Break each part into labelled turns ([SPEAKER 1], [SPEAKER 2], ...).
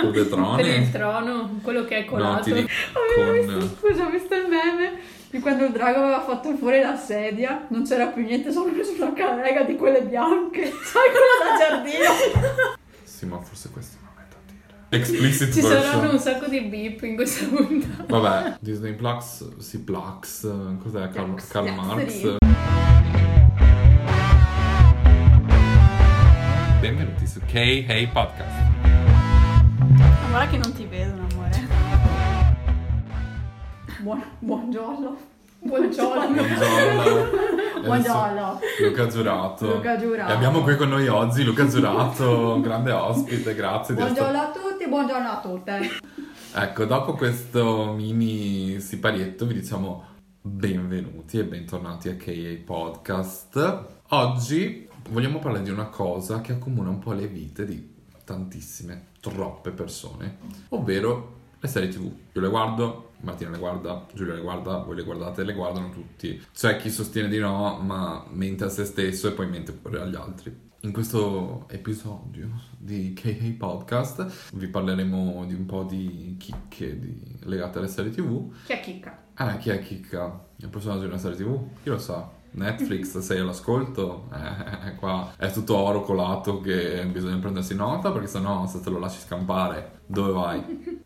[SPEAKER 1] con le trone.
[SPEAKER 2] Per il trono, quello che è
[SPEAKER 1] Ah, No,
[SPEAKER 2] colato.
[SPEAKER 1] ti dico
[SPEAKER 3] Avevo
[SPEAKER 1] con-
[SPEAKER 3] visto, scusa, ho visto il meme di quando il drago aveva fatto fuori la sedia, non c'era più niente, solo preso una carrega di quelle bianche, sai quella da giardino.
[SPEAKER 1] Sì, ma forse questo non è da dire. Explicit
[SPEAKER 2] Ci
[SPEAKER 1] version.
[SPEAKER 2] saranno un sacco di beep in questa puntata.
[SPEAKER 1] Vabbè, Disney Plus, sì, Plux, cos'è? Karl,
[SPEAKER 3] Plux,
[SPEAKER 1] Karl
[SPEAKER 3] Plux,
[SPEAKER 1] Marx.
[SPEAKER 3] sì.
[SPEAKER 1] Benvenuti su K-Hey Podcast.
[SPEAKER 3] Guarda che non ti vedono, amore. Buon, buongiorno.
[SPEAKER 2] Buongiorno.
[SPEAKER 1] Buongiorno.
[SPEAKER 3] Buongiorno.
[SPEAKER 1] Luca Giurato.
[SPEAKER 3] Luca Giurato.
[SPEAKER 1] E abbiamo qui con noi oggi Luca Giurato, grande ospite, grazie di essere
[SPEAKER 3] Buongiorno a tutti, buongiorno a tutte.
[SPEAKER 1] Ecco, dopo questo mini siparietto vi diciamo benvenuti e bentornati a KA Podcast. Oggi vogliamo parlare di una cosa che accomuna un po' le vite di tantissime, troppe persone, ovvero le serie TV. Io le guardo, Martina le guarda, Giulia le guarda, voi le guardate, le guardano tutti. C'è chi sostiene di no, ma mente a se stesso e poi mente pure agli altri. In questo episodio di KA Podcast vi parleremo di un po' di chicche di- legate alle serie TV.
[SPEAKER 3] Chi è chicca?
[SPEAKER 1] Ah, chi è chicca? Il personaggio di una serie TV? Chi lo sa? Netflix, sei all'ascolto? Eh, qua è tutto oro colato che bisogna prendersi nota perché sennò se te lo lasci scampare, dove vai?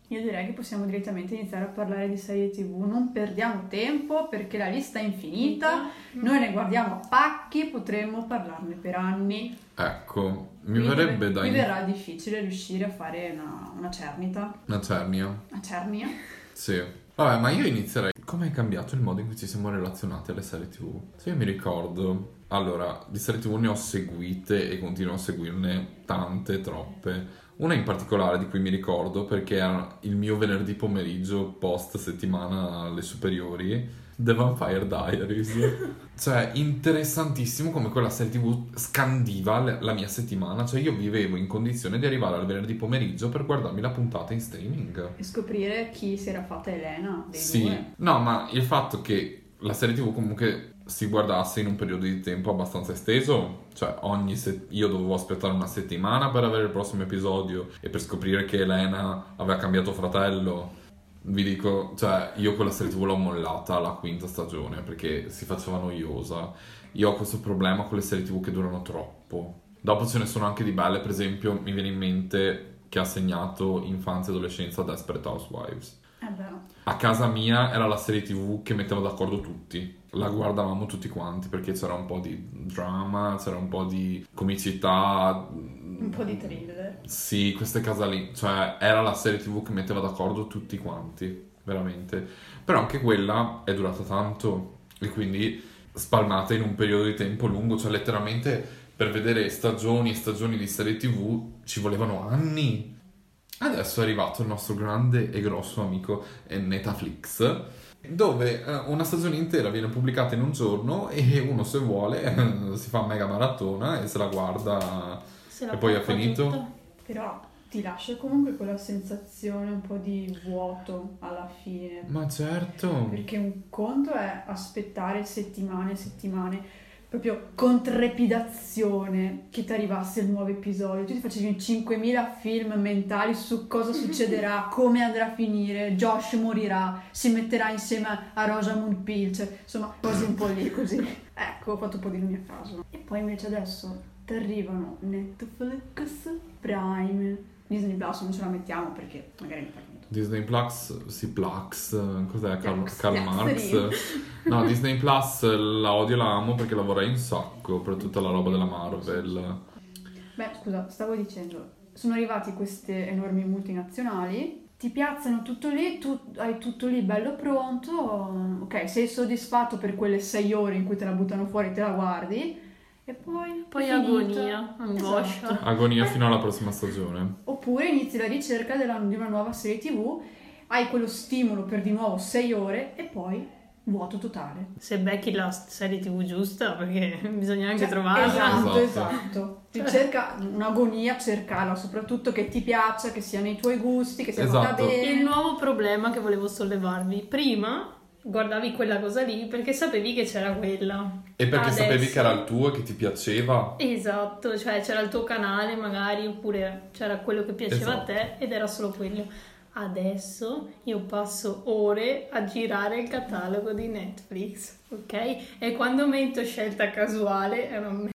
[SPEAKER 3] Io direi che possiamo direttamente iniziare a parlare di serie tv, non perdiamo tempo perché la lista è infinita, noi ne guardiamo a pacchi, potremmo parlarne per anni.
[SPEAKER 1] Ecco, mi
[SPEAKER 3] Quindi
[SPEAKER 1] verrebbe da
[SPEAKER 3] Mi
[SPEAKER 1] in-
[SPEAKER 3] verrà difficile riuscire a fare una, una cernita,
[SPEAKER 1] una cernia.
[SPEAKER 3] una cernia.
[SPEAKER 1] Sì. Vabbè, ma io inizierei. Come è cambiato il modo in cui ci siamo relazionati alle serie TV? Se io mi ricordo, allora, di serie TV ne ho seguite e continuo a seguirne tante, troppe. Una in particolare di cui mi ricordo perché era il mio venerdì pomeriggio post settimana alle superiori. The Vampire Diaries. cioè, interessantissimo come quella serie TV scandiva le- la mia settimana. Cioè, io vivevo in condizione di arrivare al venerdì pomeriggio per guardarmi la puntata in streaming.
[SPEAKER 3] E scoprire chi si era fatta Elena dei
[SPEAKER 1] Sì,
[SPEAKER 3] due.
[SPEAKER 1] no, ma il fatto che la serie TV comunque si guardasse in un periodo di tempo abbastanza esteso, cioè ogni se- io dovevo aspettare una settimana per avere il prossimo episodio e per scoprire che Elena aveva cambiato fratello. Vi dico, cioè, io quella serie TV l'ho mollata alla quinta stagione perché si faceva noiosa. Io ho questo problema con le serie TV che durano troppo. Dopo ce ne sono anche di belle, per esempio, mi viene in mente che ha segnato infanzia e adolescenza Desperate Housewives.
[SPEAKER 3] Eh beh.
[SPEAKER 1] A casa mia era la serie TV che metteva d'accordo tutti. La guardavamo tutti quanti perché c'era un po' di drama, c'era un po' di comicità.
[SPEAKER 3] Un po' di thriller.
[SPEAKER 1] Sì, queste cose lì. Cioè, era la serie TV che metteva d'accordo tutti quanti, veramente. Però anche quella è durata tanto e quindi spalmata in un periodo di tempo lungo, cioè letteralmente per vedere stagioni e stagioni di serie TV ci volevano anni. Adesso è arrivato il nostro grande e grosso amico eh, Netflix, dove eh, una stagione intera viene pubblicata in un giorno e uno se vuole si fa mega maratona e se la guarda e poi ha finito.
[SPEAKER 3] Però ti lascia comunque quella sensazione un po' di vuoto alla fine.
[SPEAKER 1] Ma certo.
[SPEAKER 3] Perché un conto è aspettare settimane e settimane proprio con trepidazione che ti arrivasse il nuovo episodio. Tu ti facevi 5.000 film mentali su cosa succederà, come andrà a finire, Josh morirà, si metterà insieme a Rosamund Pilch, insomma cose un po' lì così. Ecco, ho fatto un po' di nomi a caso. E poi invece adesso ti arrivano Netflix, Prime, Disney Plus non ce la mettiamo perché magari mi fa tutto.
[SPEAKER 1] Disney Plus, sì, Plux, cos'è? Karl,
[SPEAKER 3] Plux,
[SPEAKER 1] Karl
[SPEAKER 3] Plux,
[SPEAKER 1] Marx. No, Disney Plus la odio e la amo perché la vorrei un sacco per tutta la roba della Marvel.
[SPEAKER 3] Beh, scusa, stavo dicendo, sono arrivati queste enormi multinazionali, ti piazzano tutto lì, tu hai tutto lì bello pronto, ok, sei soddisfatto per quelle sei ore in cui te la buttano fuori, te la guardi, e poi...
[SPEAKER 2] Poi
[SPEAKER 3] è finito.
[SPEAKER 2] agonia, angoscia.
[SPEAKER 3] Esatto.
[SPEAKER 1] Agonia fino alla prossima stagione.
[SPEAKER 3] Oppure inizi la ricerca della- di una nuova serie tv, hai quello stimolo per di nuovo sei ore e poi vuoto totale.
[SPEAKER 2] Se becchi la serie tv giusta, perché bisogna anche
[SPEAKER 3] Cioè,
[SPEAKER 2] trovarla.
[SPEAKER 1] Esatto.
[SPEAKER 3] Esatto, esatto. Ti cerca un'agonia, cercala, soprattutto che ti piaccia, che sia nei tuoi gusti, che sia fatta
[SPEAKER 1] Esatto.
[SPEAKER 3] bene.
[SPEAKER 2] Il nuovo problema che volevo sollevarvi. Prima guardavi quella cosa lì perché sapevi che c'era quella.
[SPEAKER 1] E perché
[SPEAKER 2] Adesso-
[SPEAKER 1] sapevi che era il tuo e che ti piaceva?
[SPEAKER 2] Esatto, cioè c'era il tuo canale magari oppure c'era quello che piaceva
[SPEAKER 1] Esatto.
[SPEAKER 2] a te ed era solo quello. Adesso io passo ore a girare il catalogo di Netflix, ok? E quando metto scelta casuale è una merda,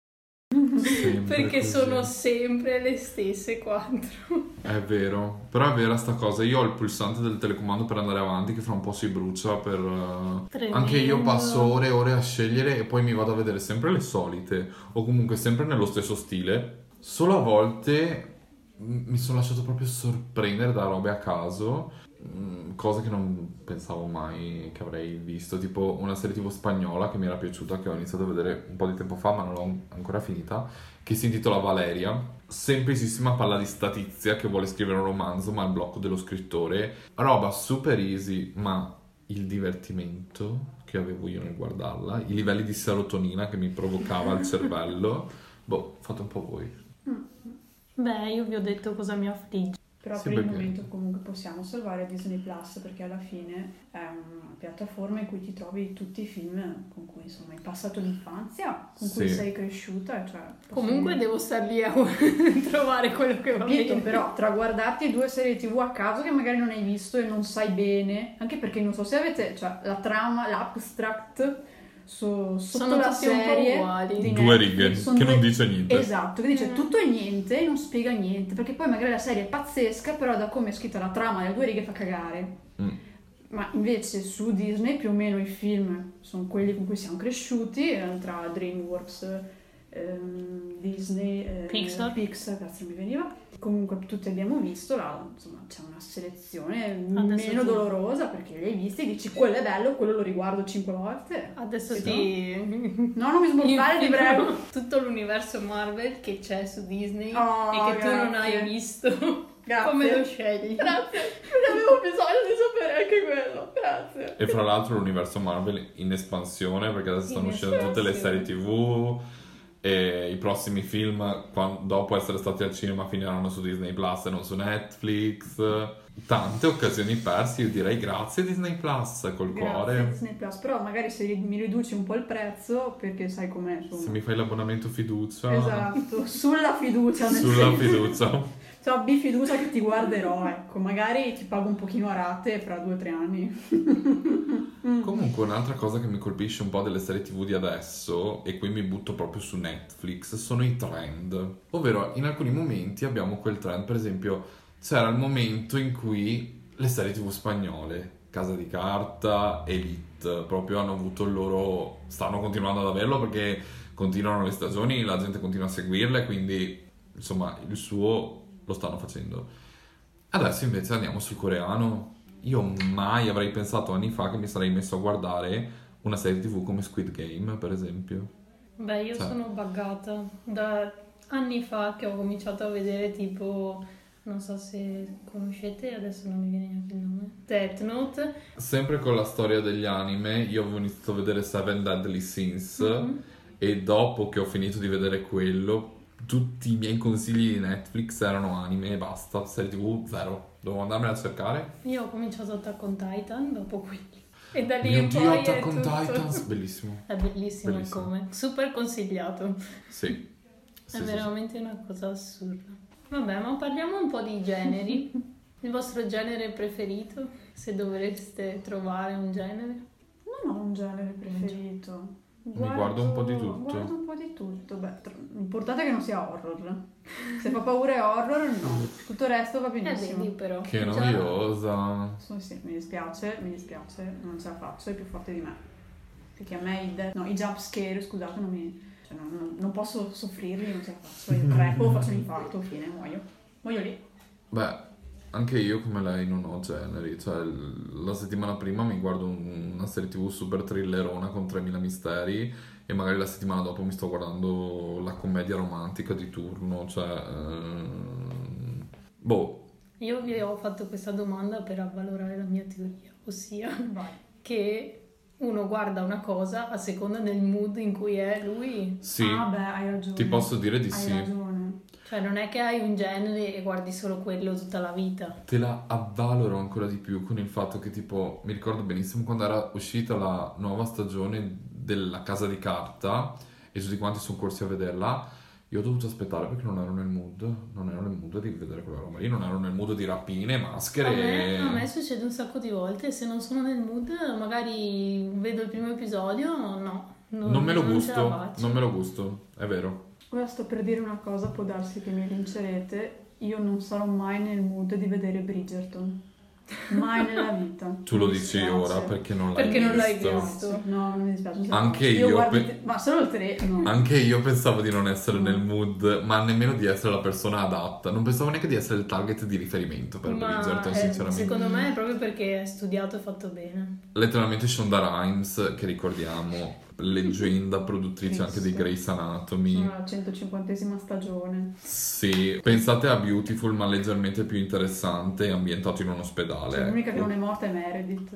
[SPEAKER 1] Sempre
[SPEAKER 2] perché
[SPEAKER 1] così.
[SPEAKER 2] sono sempre le stesse quattro.
[SPEAKER 1] È vero, però è vera sta cosa. Io ho il pulsante del telecomando per andare avanti che fra un po' si brucia per... eh,
[SPEAKER 2] Tremendo.
[SPEAKER 1] Anche io passo ore e ore a scegliere e poi mi vado a vedere sempre le solite o comunque sempre nello stesso stile. Solo a volte m- mi sono lasciato proprio sorprendere da robe a caso, mm, cose che non pensavo mai che avrei visto, tipo una serie tipo spagnola che mi era piaciuta che ho iniziato a vedere un po' di tempo fa ma non l'ho ancora finita, che si intitola Valeria. Semplicissima parla di statizia che vuole scrivere un romanzo ma al blocco dello scrittore. Roba super easy ma il divertimento che avevo io nel guardarla, i livelli di serotonina che mi provocava il cervello. Boh, fate un po' voi.
[SPEAKER 2] Beh, io vi ho detto cosa mi affligge.
[SPEAKER 3] Però
[SPEAKER 1] Sì,
[SPEAKER 3] per il
[SPEAKER 1] perché-
[SPEAKER 3] momento comunque possiamo salvare Disney Plus perché alla fine è una piattaforma in cui ti trovi tutti i film con cui insomma hai passato l'infanzia, con cui
[SPEAKER 1] Sì.
[SPEAKER 3] sei cresciuta. Cioè,
[SPEAKER 2] Comunque
[SPEAKER 3] possiamo-
[SPEAKER 2] devo star lì a trovare quello che va
[SPEAKER 3] Capito,
[SPEAKER 2] bene.
[SPEAKER 3] però tra guardarti due serie tv a caso che magari non hai visto e non sai bene, anche perché non so se avete cioè, la trama, l'abstract su, sotto
[SPEAKER 2] Sono
[SPEAKER 3] la
[SPEAKER 2] tutti un po'
[SPEAKER 3] serie
[SPEAKER 2] uguali.
[SPEAKER 3] di
[SPEAKER 1] Due
[SPEAKER 3] Netflix,
[SPEAKER 1] righe
[SPEAKER 3] sono
[SPEAKER 1] che non
[SPEAKER 3] due-
[SPEAKER 1] dice niente.
[SPEAKER 3] Esatto, che dice
[SPEAKER 2] Mm.
[SPEAKER 3] tutto e niente e non spiega niente, perché poi magari la serie è pazzesca, però da come è scritta la trama delle due righe fa cagare.
[SPEAKER 1] Mm.
[SPEAKER 3] Ma invece su Disney più o meno i film sono quelli con cui siamo cresciuti, eh, tra DreamWorks, ehm, Disney, eh,
[SPEAKER 2] Pixar.
[SPEAKER 3] grazie mi veniva. Comunque tutti abbiamo visto, là, insomma c'è una selezione
[SPEAKER 2] Adesso
[SPEAKER 3] meno
[SPEAKER 2] tu-
[SPEAKER 3] dolorosa perché li hai visti e dici quello è bello, quello lo riguardo cinque volte.
[SPEAKER 2] Adesso
[SPEAKER 1] Sì.
[SPEAKER 2] ti...
[SPEAKER 3] No, non mi sbloccare di
[SPEAKER 2] Infilo
[SPEAKER 3] breve.
[SPEAKER 2] tutto l'universo Marvel che c'è su Disney
[SPEAKER 3] Oh,
[SPEAKER 2] e che tu non
[SPEAKER 3] grazie.
[SPEAKER 2] hai visto.
[SPEAKER 3] Grazie.
[SPEAKER 2] Come lo scegli?
[SPEAKER 3] Grazie, non avevo bisogno di sapere anche quello, grazie.
[SPEAKER 1] E fra l'altro l'universo Marvel in espansione perché adesso stanno
[SPEAKER 2] In
[SPEAKER 1] uscendo tutte le serie
[SPEAKER 2] espansione.
[SPEAKER 1] tv e i prossimi film quan- dopo essere stati al cinema finiranno su Disney Plus e non su Netflix. Tante occasioni perse, io direi grazie Disney Plus col
[SPEAKER 3] Grazie
[SPEAKER 1] cuore.
[SPEAKER 3] Disney Plus, però magari se ri- mi riduci un po' il prezzo perché sai com'è,
[SPEAKER 1] Se
[SPEAKER 3] insomma.
[SPEAKER 1] mi fai l'abbonamento fiducia
[SPEAKER 3] Esatto, sulla fiducia, nel
[SPEAKER 1] sulla
[SPEAKER 3] senso-
[SPEAKER 1] fiducia.
[SPEAKER 3] Cioè, abbi fiducia che ti guarderò, ecco, magari ti pago un pochino a rate fra due o tre anni.
[SPEAKER 1] Comunque un'altra cosa che mi colpisce un po' delle serie tv di adesso, e qui mi butto proprio su Netflix, sono i trend. Ovvero in alcuni momenti abbiamo quel trend, per esempio c'era il momento in cui le serie tv spagnole, Casa di Carta, Elite, proprio hanno avuto il loro... stanno continuando ad averlo perché continuano le stagioni, la gente continua a seguirle, quindi insomma il suo lo stanno facendo. Adesso invece andiamo sul coreano. Io mai avrei pensato anni fa che mi sarei messo a guardare una serie tv come Squid Game, per esempio.
[SPEAKER 2] Beh, io
[SPEAKER 1] Cioè.
[SPEAKER 2] sono buggata da anni fa che ho cominciato a vedere tipo, non so se conoscete, adesso non mi viene neanche il nome, Death Note.
[SPEAKER 1] Sempre con la storia degli anime, io avevo iniziato a vedere Seven Deadly Sins
[SPEAKER 2] Mhm.
[SPEAKER 1] e dopo che ho finito di vedere quello, tutti i miei consigli di Netflix erano anime e basta, serie tv zero. Dovevo andarmene a cercare.
[SPEAKER 2] Io ho cominciato Attack on Titan dopo quelli. E da lì
[SPEAKER 1] Mio
[SPEAKER 2] in
[SPEAKER 1] Dio,
[SPEAKER 2] poi
[SPEAKER 1] Attack
[SPEAKER 2] è
[SPEAKER 1] on
[SPEAKER 2] tutto.
[SPEAKER 1] Titans, bellissimo.
[SPEAKER 2] È bellissimo, il
[SPEAKER 1] Bellissimo.
[SPEAKER 2] come, super consigliato.
[SPEAKER 1] Sì. Sì,
[SPEAKER 2] È
[SPEAKER 1] sì, sì.
[SPEAKER 2] veramente una cosa assurda. Vabbè, ma parliamo un po' di generi. Il vostro genere preferito, se dovreste trovare un genere.
[SPEAKER 3] Non ho un genere preferito.
[SPEAKER 1] guardo un po' di tutto.
[SPEAKER 3] Guardo un po' di tutto. Beh, tr- l'importante è che non sia horror. Se fa paura è horror, no.
[SPEAKER 1] Mm.
[SPEAKER 3] Tutto il resto va
[SPEAKER 2] Eh,
[SPEAKER 3] benissimo.
[SPEAKER 2] vedi però.
[SPEAKER 1] Che
[SPEAKER 2] Già-
[SPEAKER 1] noiosa.
[SPEAKER 3] Sì, sì, mi dispiace, mi dispiace, non ce la faccio, è più forte di me. Perché a me i, de- no, i jump scare, scusate, non mi. Cioè, non, non- non posso soffrirli, non ce la faccio. Io crepo, faccio un infarto, fine, muoio. Muoio lì.
[SPEAKER 1] Beh, anche io come lei non ho generi, cioè l- la settimana prima mi guardo un- una serie tv super thrillerona con 3000 misteri e magari la settimana dopo mi sto guardando la commedia romantica di turno, cioè... ehm, boh,
[SPEAKER 2] Io vi ho fatto questa domanda per avvalorare la mia teoria, ossia
[SPEAKER 3] Vai.
[SPEAKER 2] che uno guarda una cosa a seconda del mood in cui è lui.
[SPEAKER 1] sì,
[SPEAKER 3] Ah, beh, hai ragione.
[SPEAKER 1] ti posso dire di
[SPEAKER 3] Hai
[SPEAKER 1] sì.
[SPEAKER 3] ragione.
[SPEAKER 2] Cioè non è che hai un genere e guardi solo quello tutta la vita.
[SPEAKER 1] Te la avvaloro ancora di più con il fatto che, tipo, mi ricordo benissimo quando era uscita la nuova stagione della Casa di Carta e tutti quanti sono corsi a vederla. Io ho dovuto aspettare perché non ero nel mood, non ero nel mood di vedere quella roba lì, non ero nel mood di rapine, maschere.
[SPEAKER 2] A me,
[SPEAKER 1] e-
[SPEAKER 2] a me succede un sacco di volte, se non sono nel mood magari vedo il primo episodio, no.
[SPEAKER 1] Non me lo
[SPEAKER 2] ce la
[SPEAKER 1] gusto,
[SPEAKER 2] faccio.
[SPEAKER 1] non me lo gusto, è vero.
[SPEAKER 3] Ora sto per dire una cosa, può darsi che mi vincerete. Io non sarò mai nel mood di vedere Bridgerton. Mai nella vita.
[SPEAKER 1] Tu lo
[SPEAKER 3] Mi
[SPEAKER 1] dici
[SPEAKER 3] dispiace.
[SPEAKER 1] ora perché non l'hai
[SPEAKER 2] Perché
[SPEAKER 1] visto.
[SPEAKER 2] non l'hai
[SPEAKER 3] No,
[SPEAKER 2] visto.
[SPEAKER 3] No, non mi dispiace.
[SPEAKER 1] Anche io
[SPEAKER 3] guardo
[SPEAKER 1] pe-
[SPEAKER 3] i tre- Ma solo il 3. No.
[SPEAKER 1] Anche io pensavo di non essere nel
[SPEAKER 2] Mm.
[SPEAKER 1] mood, ma nemmeno di essere la persona adatta. Non pensavo neanche di essere il target di riferimento per
[SPEAKER 2] Ma,
[SPEAKER 1] Bridgerton,
[SPEAKER 2] eh,
[SPEAKER 1] sinceramente.
[SPEAKER 2] Secondo me è proprio perché è studiato e fatto bene.
[SPEAKER 1] Letteralmente Shonda Rhimes, che ricordiamo, leggenda, produttrice anche di
[SPEAKER 3] Triste.
[SPEAKER 1] Grey's Anatomy.
[SPEAKER 3] Sono alla 150esima stagione.
[SPEAKER 1] Sì, pensate a Beautiful, ma leggermente più interessante, ambientato in un ospedale.
[SPEAKER 3] Cioè, l'unica che
[SPEAKER 1] ecco.
[SPEAKER 3] non è morta è Meredith.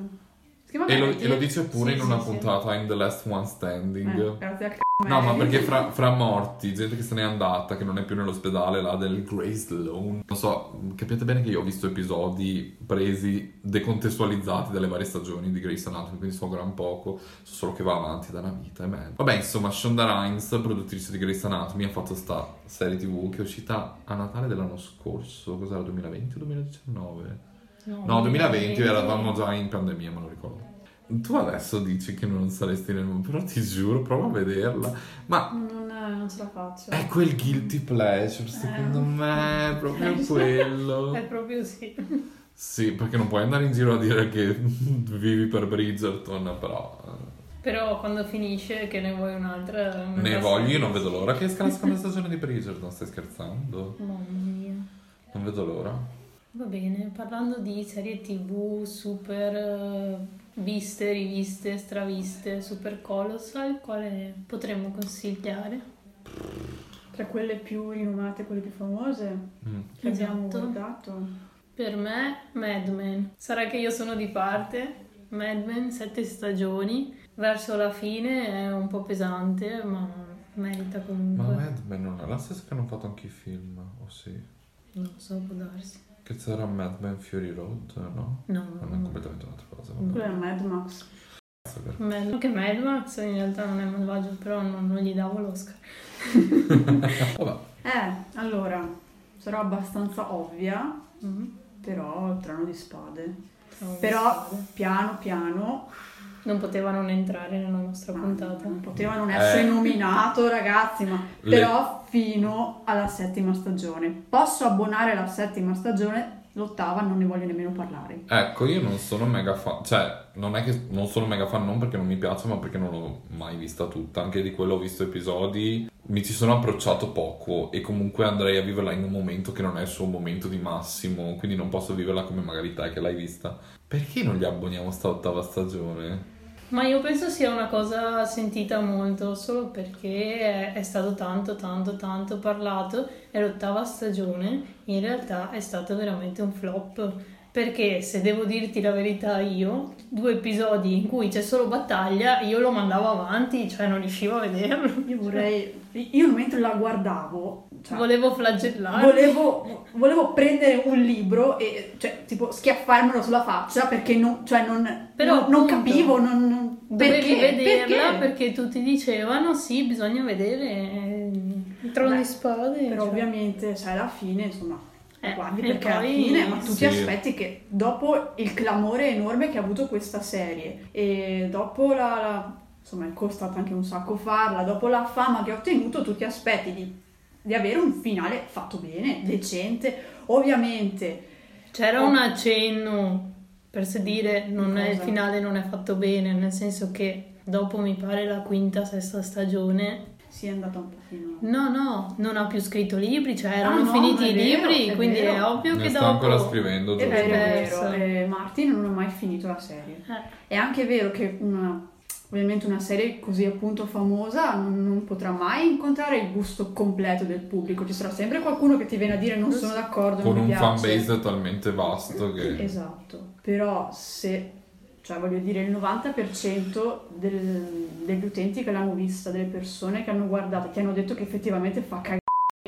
[SPEAKER 3] Si chiama
[SPEAKER 1] e, lo,
[SPEAKER 3] Meredith?
[SPEAKER 1] e lo dice pure
[SPEAKER 2] Sì,
[SPEAKER 1] in una
[SPEAKER 2] sì, sì.
[SPEAKER 1] puntata in The Last One Standing.
[SPEAKER 3] Eh, grazie a c***o
[SPEAKER 1] No, ma
[SPEAKER 3] Meredith.
[SPEAKER 1] perché fra, fra morti, gente che se n'è andata, che non è più nell'ospedale là del Grace Loan. Non so, capite bene che io ho visto episodi presi, decontestualizzati dalle varie stagioni di Grace Anatomy, quindi so gran poco, so solo che va avanti da una vita, è meglio. Vabbè, insomma, Shonda Rhimes, produttrice di Grace Anatomy, ha fatto sta serie TV che è uscita a Natale dell'anno scorso, cos'era, 2020 o 2019? No, 2020 eravamo già in pandemia, me lo ricordo. Tu adesso dici che non saresti nel mondo, però ti giuro, prova a vederla. Ma
[SPEAKER 3] Non, eh, non ce la faccio.
[SPEAKER 1] è quel guilty pleasure, secondo me, è proprio quello.
[SPEAKER 2] È proprio sì.
[SPEAKER 1] Sì, perché non puoi andare in giro a dire che vivi per Bridgerton, però eh,
[SPEAKER 2] Però quando finisce che ne vuoi un'altra...
[SPEAKER 1] ne voglio, io non vedo l'ora che esca la seconda stagione di Bridgerton, stai scherzando?
[SPEAKER 2] Mamma mia.
[SPEAKER 1] Non vedo l'ora.
[SPEAKER 2] Va bene, parlando di serie tv super eh, viste, riviste, straviste, super colossal, quale potremmo consigliare?
[SPEAKER 3] Tra quelle più rinomate e quelle più famose
[SPEAKER 1] Mm.
[SPEAKER 3] che abbiamo
[SPEAKER 2] Esatto.
[SPEAKER 3] guardato.
[SPEAKER 2] Per me, Mad Men. Sarà che io sono di parte. Mad Men, sette stagioni. Verso la fine è un po' pesante, ma merita
[SPEAKER 1] Ma
[SPEAKER 2] comunque.
[SPEAKER 1] Mad Men non è la stessa che hanno fatto anche i film, o sì?
[SPEAKER 2] Non so, può darsi.
[SPEAKER 1] Che c'era Mad Men Fury Road, no?
[SPEAKER 2] No,
[SPEAKER 1] Non è completamente un'altra cosa, vabbè.
[SPEAKER 3] Quella è Mad Max.
[SPEAKER 1] Cazzo, per-
[SPEAKER 2] Mad- Anche Mad Max in realtà non è malvagio, però non, non gli davo l'Oscar.
[SPEAKER 1] Vabbè,
[SPEAKER 3] Eh, allora, sarò abbastanza ovvia,
[SPEAKER 2] Mhm.
[SPEAKER 3] però il trono di spade. Però piano piano
[SPEAKER 2] Non poteva non entrare nella nostra
[SPEAKER 3] ma
[SPEAKER 2] puntata.
[SPEAKER 3] non poteva non essere
[SPEAKER 1] Eh.
[SPEAKER 3] nominato, ragazzi, ma
[SPEAKER 1] Le-
[SPEAKER 3] però fino alla settima stagione. Posso abbonare la settima stagione, l'ottava non ne voglio nemmeno parlare.
[SPEAKER 1] Ecco, io non sono mega fan, cioè, non è che non sono mega fan non perché non mi piace, ma perché non l'ho mai vista tutta. Anche di quello ho visto episodi, mi ci sono approcciato poco e comunque andrei a viverla in un momento che non è il suo momento di massimo, quindi non posso viverla come magari te che l'hai vista. Perché non gli abboniamo sta ottava stagione?
[SPEAKER 2] Ma io penso sia una cosa sentita molto, solo perché è, è stato tanto, tanto, tanto parlato e l'ottava stagione in realtà è stato veramente un flop. Perché se devo dirti la verità io, due episodi in cui c'è solo battaglia, io lo mandavo avanti, cioè non riuscivo a vederlo.
[SPEAKER 3] Io vorrei. Io mentre la guardavo. cioè,
[SPEAKER 2] Volevo flagellarmi.
[SPEAKER 3] Volevo, volevo prendere un libro e cioè, tipo schiaffarmelo sulla faccia perché non, cioè, non,
[SPEAKER 2] Però,
[SPEAKER 3] non- non
[SPEAKER 2] appunto,
[SPEAKER 3] capivo. Non, non-
[SPEAKER 2] Dovevi
[SPEAKER 3] perché?
[SPEAKER 2] vederla
[SPEAKER 3] Perché?
[SPEAKER 2] perché? tutti dicevano sì, bisogna vedere eh, il trono
[SPEAKER 3] Beh,
[SPEAKER 2] di spade.
[SPEAKER 3] Però
[SPEAKER 2] cioè.
[SPEAKER 3] ovviamente, sai, alla fine, insomma,
[SPEAKER 2] Eh,
[SPEAKER 3] guardi
[SPEAKER 2] e
[SPEAKER 3] perché alla
[SPEAKER 2] poi-
[SPEAKER 3] fine, ma tu
[SPEAKER 1] Sì.
[SPEAKER 3] ti aspetti che dopo il clamore enorme che ha avuto questa serie e dopo la... la- insomma, è costata anche un sacco farla, dopo la fama che ha ottenuto, tu ti aspetti di, di avere un finale fatto bene, decente, ovviamente.
[SPEAKER 2] C'era
[SPEAKER 3] Oh.
[SPEAKER 2] un accenno per se dire non è, il
[SPEAKER 3] Cosa?
[SPEAKER 2] finale non è fatto bene, nel senso che dopo mi pare la quinta, sesta stagione.
[SPEAKER 3] Si è andata un pochino...
[SPEAKER 2] No, no, non ha più scritto libri, cioè erano
[SPEAKER 3] Ah, no,
[SPEAKER 2] finiti
[SPEAKER 3] ma è
[SPEAKER 2] i
[SPEAKER 3] vero,
[SPEAKER 2] libri,
[SPEAKER 3] è
[SPEAKER 2] quindi è
[SPEAKER 3] vero.
[SPEAKER 2] ovvio
[SPEAKER 1] ne
[SPEAKER 2] che
[SPEAKER 1] sta
[SPEAKER 2] dopo
[SPEAKER 1] ancora scrivendo,
[SPEAKER 3] È
[SPEAKER 1] Giorgio.
[SPEAKER 3] vero, è
[SPEAKER 2] perso.
[SPEAKER 3] vero. eh, Martin non ha mai finito la serie.
[SPEAKER 2] Eh,
[SPEAKER 3] È anche vero che una, ovviamente una serie così appunto famosa non, non potrà mai incontrare il gusto completo del pubblico. Ci sarà sempre qualcuno che ti viene a dire non sono d'accordo,
[SPEAKER 1] Con
[SPEAKER 3] non eh, mi
[SPEAKER 1] un
[SPEAKER 3] piace.
[SPEAKER 1] fanbase talmente vasto che...
[SPEAKER 3] Esatto, però se, cioè voglio dire, il 90% del- degli utenti che l'hanno vista, delle persone che hanno guardato, ti hanno detto che effettivamente fa cagare,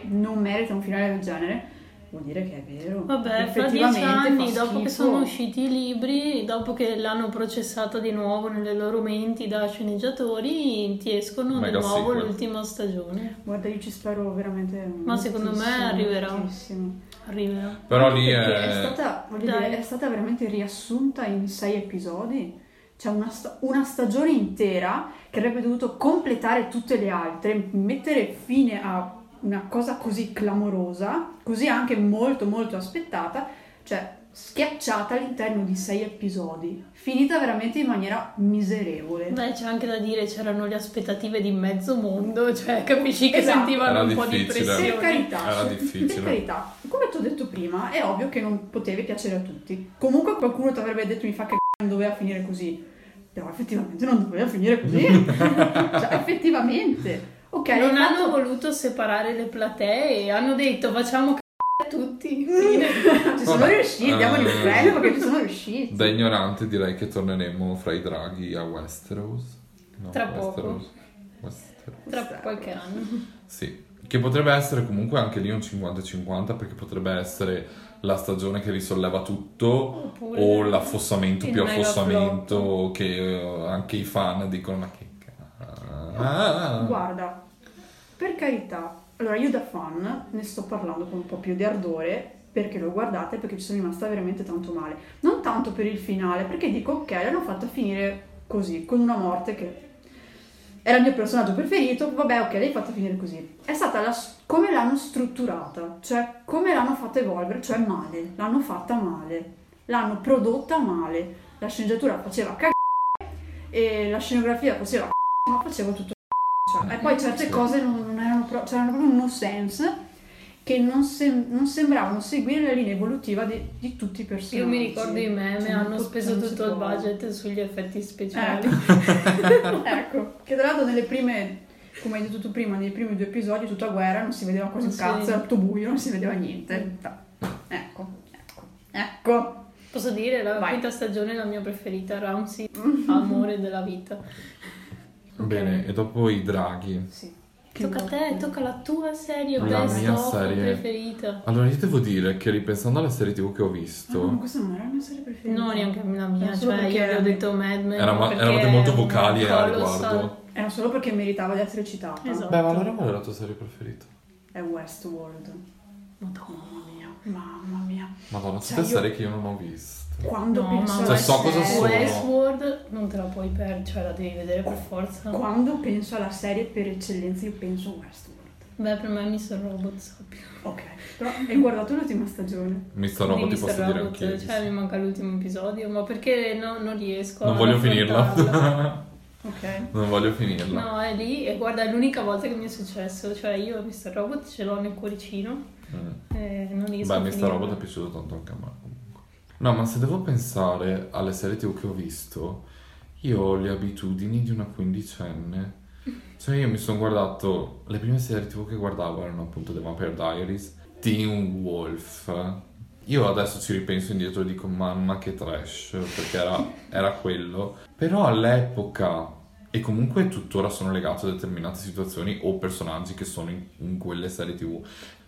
[SPEAKER 3] non merita un finale del genere, vuol dire che è vero.
[SPEAKER 2] Vabbè, fra dieci anni, dopo che sono usciti i libri, dopo che l'hanno processata di nuovo nelle loro menti da sceneggiatori, ti escono
[SPEAKER 1] Mega
[SPEAKER 2] di nuovo
[SPEAKER 1] sequel.
[SPEAKER 2] l'ultima stagione.
[SPEAKER 3] Guarda, io ci spero veramente.
[SPEAKER 2] Ma secondo me
[SPEAKER 3] moltissimo,
[SPEAKER 2] arriverà.
[SPEAKER 3] moltissimo.
[SPEAKER 2] Arriverà.
[SPEAKER 1] Però lì
[SPEAKER 3] Perché
[SPEAKER 1] è...
[SPEAKER 3] stata, voglio
[SPEAKER 2] Dai.
[SPEAKER 3] dire, è stata veramente riassunta in sei episodi. C'è una, sta- una stagione intera che avrebbe dovuto completare tutte le altre, mettere fine a una cosa così clamorosa, così anche molto molto aspettata, cioè schiacciata all'interno di sei episodi, finita veramente in maniera miserevole.
[SPEAKER 2] Beh, c'è anche da dire, c'erano le aspettative di mezzo mondo, cioè capisci che
[SPEAKER 3] Esatto.
[SPEAKER 2] sentivano
[SPEAKER 1] Era
[SPEAKER 2] un po' di
[SPEAKER 1] difficile.
[SPEAKER 2] pressione.
[SPEAKER 3] Per carità,
[SPEAKER 1] Eh, Era
[SPEAKER 3] per
[SPEAKER 1] difficile.
[SPEAKER 3] carità, come ti ho detto prima, è ovvio che non potevi piacere a tutti. Comunque qualcuno ti avrebbe detto mi fa che non doveva finire così. Però effettivamente non doveva finire così. cioè, effettivamente. Ok,
[SPEAKER 2] non
[SPEAKER 3] hai
[SPEAKER 2] hanno
[SPEAKER 3] fatto-
[SPEAKER 2] voluto separare le platee e hanno detto facciamo c***o a tutti. Fine.
[SPEAKER 3] ci sono
[SPEAKER 1] Vabbè,
[SPEAKER 3] riusciti, diamo il
[SPEAKER 1] eh.
[SPEAKER 3] bello perché ci sono
[SPEAKER 2] Eh,
[SPEAKER 3] riusciti.
[SPEAKER 1] Da ignorante direi che torneremo fra i draghi a Westeros. No,
[SPEAKER 2] Tra poco.
[SPEAKER 1] Westeros. Westeros.
[SPEAKER 2] Tra
[SPEAKER 3] Esatto.
[SPEAKER 2] qualche anno.
[SPEAKER 1] Sì. Che potrebbe essere comunque anche lì un 50-50 perché potrebbe essere la stagione che risolleva tutto
[SPEAKER 2] Oppure-
[SPEAKER 1] o l'affossamento
[SPEAKER 2] il
[SPEAKER 1] più
[SPEAKER 2] mega
[SPEAKER 1] affossamento che eh, anche i fan dicono ma che cazzo. Ah.
[SPEAKER 3] Guarda, per carità, allora io da fan ne sto parlando con un po' più di ardore perché l'ho guardata e perché ci sono rimasta veramente tanto male. Non tanto per il finale, perché dico ok, l'hanno fatta finire così, con una morte che era il mio personaggio preferito, vabbè ok, l'hai fatta finire così. È stata la s- come l'hanno strutturata, cioè come l'hanno fatta evolvere, cioè male, l'hanno fatta male, l'hanno prodotta male, la sceneggiatura faceva cagare e la scenografia faceva c***o, ma faceva tutto c***o, cioè. E poi certe
[SPEAKER 1] Sì.
[SPEAKER 3] cose non, non erano pro- cioè, erano proprio un no sense che non, sem- non sembravano seguire la linea evolutiva di, di tutti i personaggi.
[SPEAKER 2] Io mi ricordo i meme,
[SPEAKER 3] Cioè, non
[SPEAKER 2] hanno
[SPEAKER 3] po-
[SPEAKER 2] speso
[SPEAKER 3] non si
[SPEAKER 2] tutto il
[SPEAKER 3] può.
[SPEAKER 2] budget sugli effetti speciali.
[SPEAKER 3] Ecco. ecco, che tra l'altro nelle prime, come hai detto tu prima, nei primi due episodi tutta guerra non si vedeva quasi un
[SPEAKER 2] Sì.
[SPEAKER 3] cazzo, era tutto buio, non si vedeva niente. Ecco, ecco, ecco.
[SPEAKER 2] Posso dire, la
[SPEAKER 3] Vai.
[SPEAKER 2] quinta stagione è la mia preferita, Ramsey, amore della vita.
[SPEAKER 1] Bene, e dopo i draghi.
[SPEAKER 3] Sì.
[SPEAKER 2] Tocca a te, tocca la tua serie
[SPEAKER 1] La
[SPEAKER 2] best
[SPEAKER 1] mia
[SPEAKER 2] of
[SPEAKER 1] serie.
[SPEAKER 2] preferita.
[SPEAKER 1] Allora io devo dire che ripensando alla serie tv che ho
[SPEAKER 3] Ah, no, ma
[SPEAKER 2] Mm-hmm.
[SPEAKER 1] visto,
[SPEAKER 3] questa non era la mia serie preferita.
[SPEAKER 2] No, neanche la mia,
[SPEAKER 3] Era solo
[SPEAKER 2] cioè
[SPEAKER 3] perché
[SPEAKER 2] io le ho
[SPEAKER 3] era-
[SPEAKER 2] detto Mad Men.
[SPEAKER 1] eravamo-
[SPEAKER 2] perché
[SPEAKER 1] eravate molto
[SPEAKER 2] è un
[SPEAKER 1] vocali eh, al
[SPEAKER 2] colossal-
[SPEAKER 1] riguardo.
[SPEAKER 3] Era solo perché meritava di essere citata.
[SPEAKER 2] Esatto.
[SPEAKER 1] Beh, ma allora qual è la tua serie preferita?
[SPEAKER 3] È Westworld.
[SPEAKER 2] Madonna.
[SPEAKER 3] Mamma mia, mamma mia.
[SPEAKER 1] Madonna,
[SPEAKER 3] Cioè,
[SPEAKER 1] tutte
[SPEAKER 3] io-
[SPEAKER 1] serie che io non ho visto.
[SPEAKER 3] Quando
[SPEAKER 2] No,
[SPEAKER 3] penso
[SPEAKER 2] ma
[SPEAKER 1] Cioè,
[SPEAKER 3] alla
[SPEAKER 1] so cosa
[SPEAKER 3] serie-
[SPEAKER 1] sono.
[SPEAKER 2] Westworld non te la puoi perdere, cioè la devi vedere per forza.
[SPEAKER 3] Quando penso alla serie per eccellenza io penso a Westworld.
[SPEAKER 2] Beh, per me Mr. Robot sappia.
[SPEAKER 3] Ok, però hai guardato l'ultima stagione.
[SPEAKER 1] Mr. Robot ti
[SPEAKER 2] Mr.
[SPEAKER 1] posso dire
[SPEAKER 2] Robot,
[SPEAKER 1] anche io.
[SPEAKER 2] cioè mi manca l'ultimo episodio, ma perché no- non riesco
[SPEAKER 1] Non
[SPEAKER 2] ad
[SPEAKER 1] voglio
[SPEAKER 2] affrontarlo.
[SPEAKER 1] finirla.
[SPEAKER 3] Ok.
[SPEAKER 1] non voglio finirla.
[SPEAKER 2] No, è lì e guarda, è l'unica volta che mi è successo, cioè io Mr. Robot ce l'ho nel cuoricino
[SPEAKER 1] Mm.
[SPEAKER 2] e non riesco
[SPEAKER 1] Beh,
[SPEAKER 2] a
[SPEAKER 1] Mr.
[SPEAKER 2] finirlo.
[SPEAKER 1] Robot è piaciuto tanto anche a me comunque. No, ma se devo pensare alle serie TV che ho visto, io ho le abitudini di una quindicenne. Cioè io mi sono guardato, le prime serie TV che guardavo erano appunto The Vampire Diaries, Teen Wolf. Io adesso ci ripenso indietro e dico mamma che trash, perché era, era quello. Però all'epoca, e comunque tuttora sono legato a determinate situazioni o personaggi che sono in- in quelle serie TV.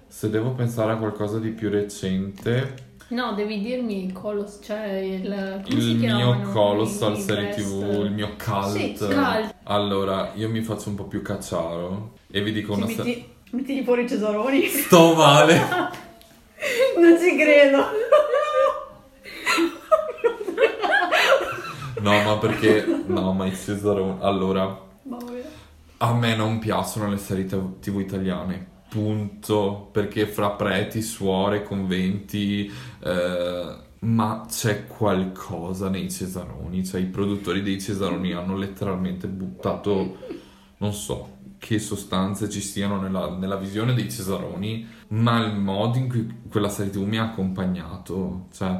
[SPEAKER 1] Se devo pensare a qualcosa di più recente,
[SPEAKER 2] No, devi dirmi il colos, cioè il... come si
[SPEAKER 1] il mio
[SPEAKER 2] chiamano?
[SPEAKER 1] colossal
[SPEAKER 2] I- i
[SPEAKER 1] serie
[SPEAKER 2] best-
[SPEAKER 1] tv, il mio cult.
[SPEAKER 2] Sì, cult.
[SPEAKER 1] Allora, io mi faccio un po' più cacciaro e vi dico
[SPEAKER 3] Sì,
[SPEAKER 1] una serie.
[SPEAKER 3] metti, metti fuori i cesaroni.
[SPEAKER 1] Sto male.
[SPEAKER 3] non ci credo.
[SPEAKER 1] No, ma perché no, ma il Cesarone. Allora,
[SPEAKER 3] Mamma mia.
[SPEAKER 1] a me non piacciono le serie TV TV italiane. Punto, perché fra preti, suore, conventi, eh, ma c'è qualcosa nei Cesaroni, cioè i produttori dei Cesaroni hanno letteralmente buttato non so che sostanze ci siano nella, nella visione dei Cesaroni, ma il modo in cui quella serie TV mi ha accompagnato, cioè,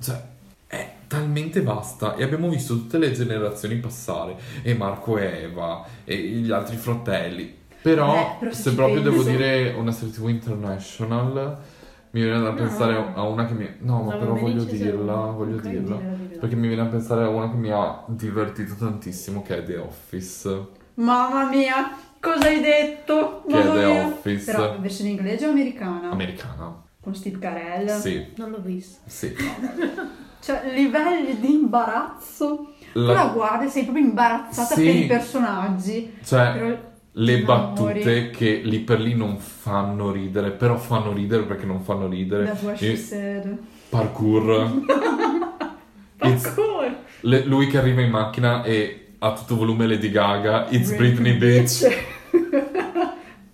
[SPEAKER 1] cioè, è talmente vasta e abbiamo visto tutte le generazioni passare, e Marco e Eva, e gli altri fratelli. Però,
[SPEAKER 3] Beh, però se
[SPEAKER 1] se
[SPEAKER 3] ci
[SPEAKER 1] proprio devo
[SPEAKER 3] pensi-
[SPEAKER 1] dire una serie TV international, mi viene da
[SPEAKER 2] No.
[SPEAKER 1] pensare a una che mi... No, ma
[SPEAKER 2] Vabbè,
[SPEAKER 1] però
[SPEAKER 2] mi
[SPEAKER 1] voglio
[SPEAKER 2] dici se-
[SPEAKER 1] dirla, voglio
[SPEAKER 3] Ok,
[SPEAKER 1] dirla.
[SPEAKER 3] dillo, dillo.
[SPEAKER 1] Perché mi viene a pensare a una che mi ha divertito tantissimo, che è The Office.
[SPEAKER 3] Mamma mia. Cosa hai detto?
[SPEAKER 1] Che è
[SPEAKER 3] Mamma
[SPEAKER 1] The
[SPEAKER 3] mia.
[SPEAKER 1] Office.
[SPEAKER 3] Però versione inglese o americana?
[SPEAKER 1] Americana.
[SPEAKER 3] Con Steve Carell.
[SPEAKER 1] Sì,
[SPEAKER 2] Non l'ho visto.
[SPEAKER 1] sì.
[SPEAKER 3] Cioè, livelli di imbarazzo.
[SPEAKER 1] La-
[SPEAKER 3] Tu la guardi e sei proprio imbarazzata
[SPEAKER 1] Sì.
[SPEAKER 3] per i personaggi.
[SPEAKER 1] Cioè,
[SPEAKER 3] Però
[SPEAKER 1] le
[SPEAKER 3] ti innamori.
[SPEAKER 1] battute che lì per lì non fanno ridere, però fanno ridere perché non fanno ridere.
[SPEAKER 3] That's what she
[SPEAKER 1] E-
[SPEAKER 3] said.
[SPEAKER 1] Parkour. It's-
[SPEAKER 3] Parkour.
[SPEAKER 1] Le- lui che arriva in macchina e a tutto volume Lady Gaga, It's Britney Bitch.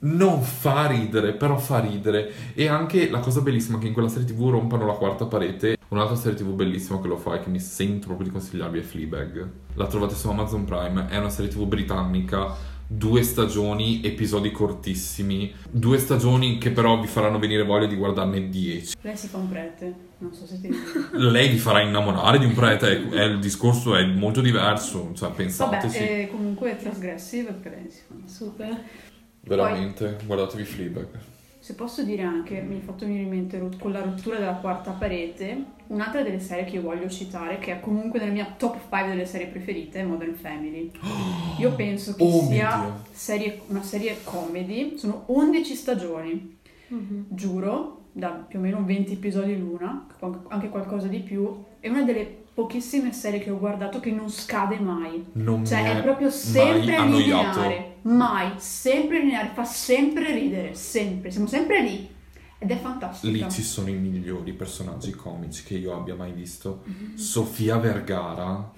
[SPEAKER 1] Non fa ridere, però fa ridere. E anche la cosa bellissima è che in quella serie TV rompano la quarta parete. Un'altra serie TV bellissima che lo fa e che mi sento proprio di consigliarvi è Fleabag. La trovate su Amazon Prime, è una serie TV britannica, due stagioni, episodi cortissimi, due stagioni che però vi faranno venire voglia di guardarne dieci.
[SPEAKER 3] Lei si fa un prete. Non so se ti ricordi.
[SPEAKER 1] Lei vi farà innamorare di un prete, è- è- il discorso è molto diverso, cioè
[SPEAKER 3] Vabbè,
[SPEAKER 1] pensateci.
[SPEAKER 3] eh, comunque trasgressive perché lei si fa un
[SPEAKER 2] Super.
[SPEAKER 1] Veramente, guardatevi Fleabag.
[SPEAKER 3] Se posso dire anche, mi è fatto venire in mente ro- con la rottura della quarta parete, un'altra delle serie che io voglio citare, che è comunque nella mia top 5 delle serie preferite, è Modern Family. Io penso che
[SPEAKER 1] Oh mio Dio.
[SPEAKER 3] sia serie- una serie comedy, sono 11 stagioni,
[SPEAKER 2] Mhm.
[SPEAKER 3] giuro, da più o meno 20 episodi l'una, anche qualcosa di più, è una delle pochissime serie che ho guardato che non scade mai.
[SPEAKER 1] Non mi
[SPEAKER 3] Cioè,
[SPEAKER 1] è
[SPEAKER 3] è proprio
[SPEAKER 1] mai
[SPEAKER 3] sempre
[SPEAKER 1] annoiato.
[SPEAKER 3] lineare. Mai, sempre lineare, fa sempre ridere, sempre. Siamo sempre lì. Ed è fantastico.
[SPEAKER 1] Lì ci sono i migliori personaggi comici che io abbia mai visto. Sofia Vergara.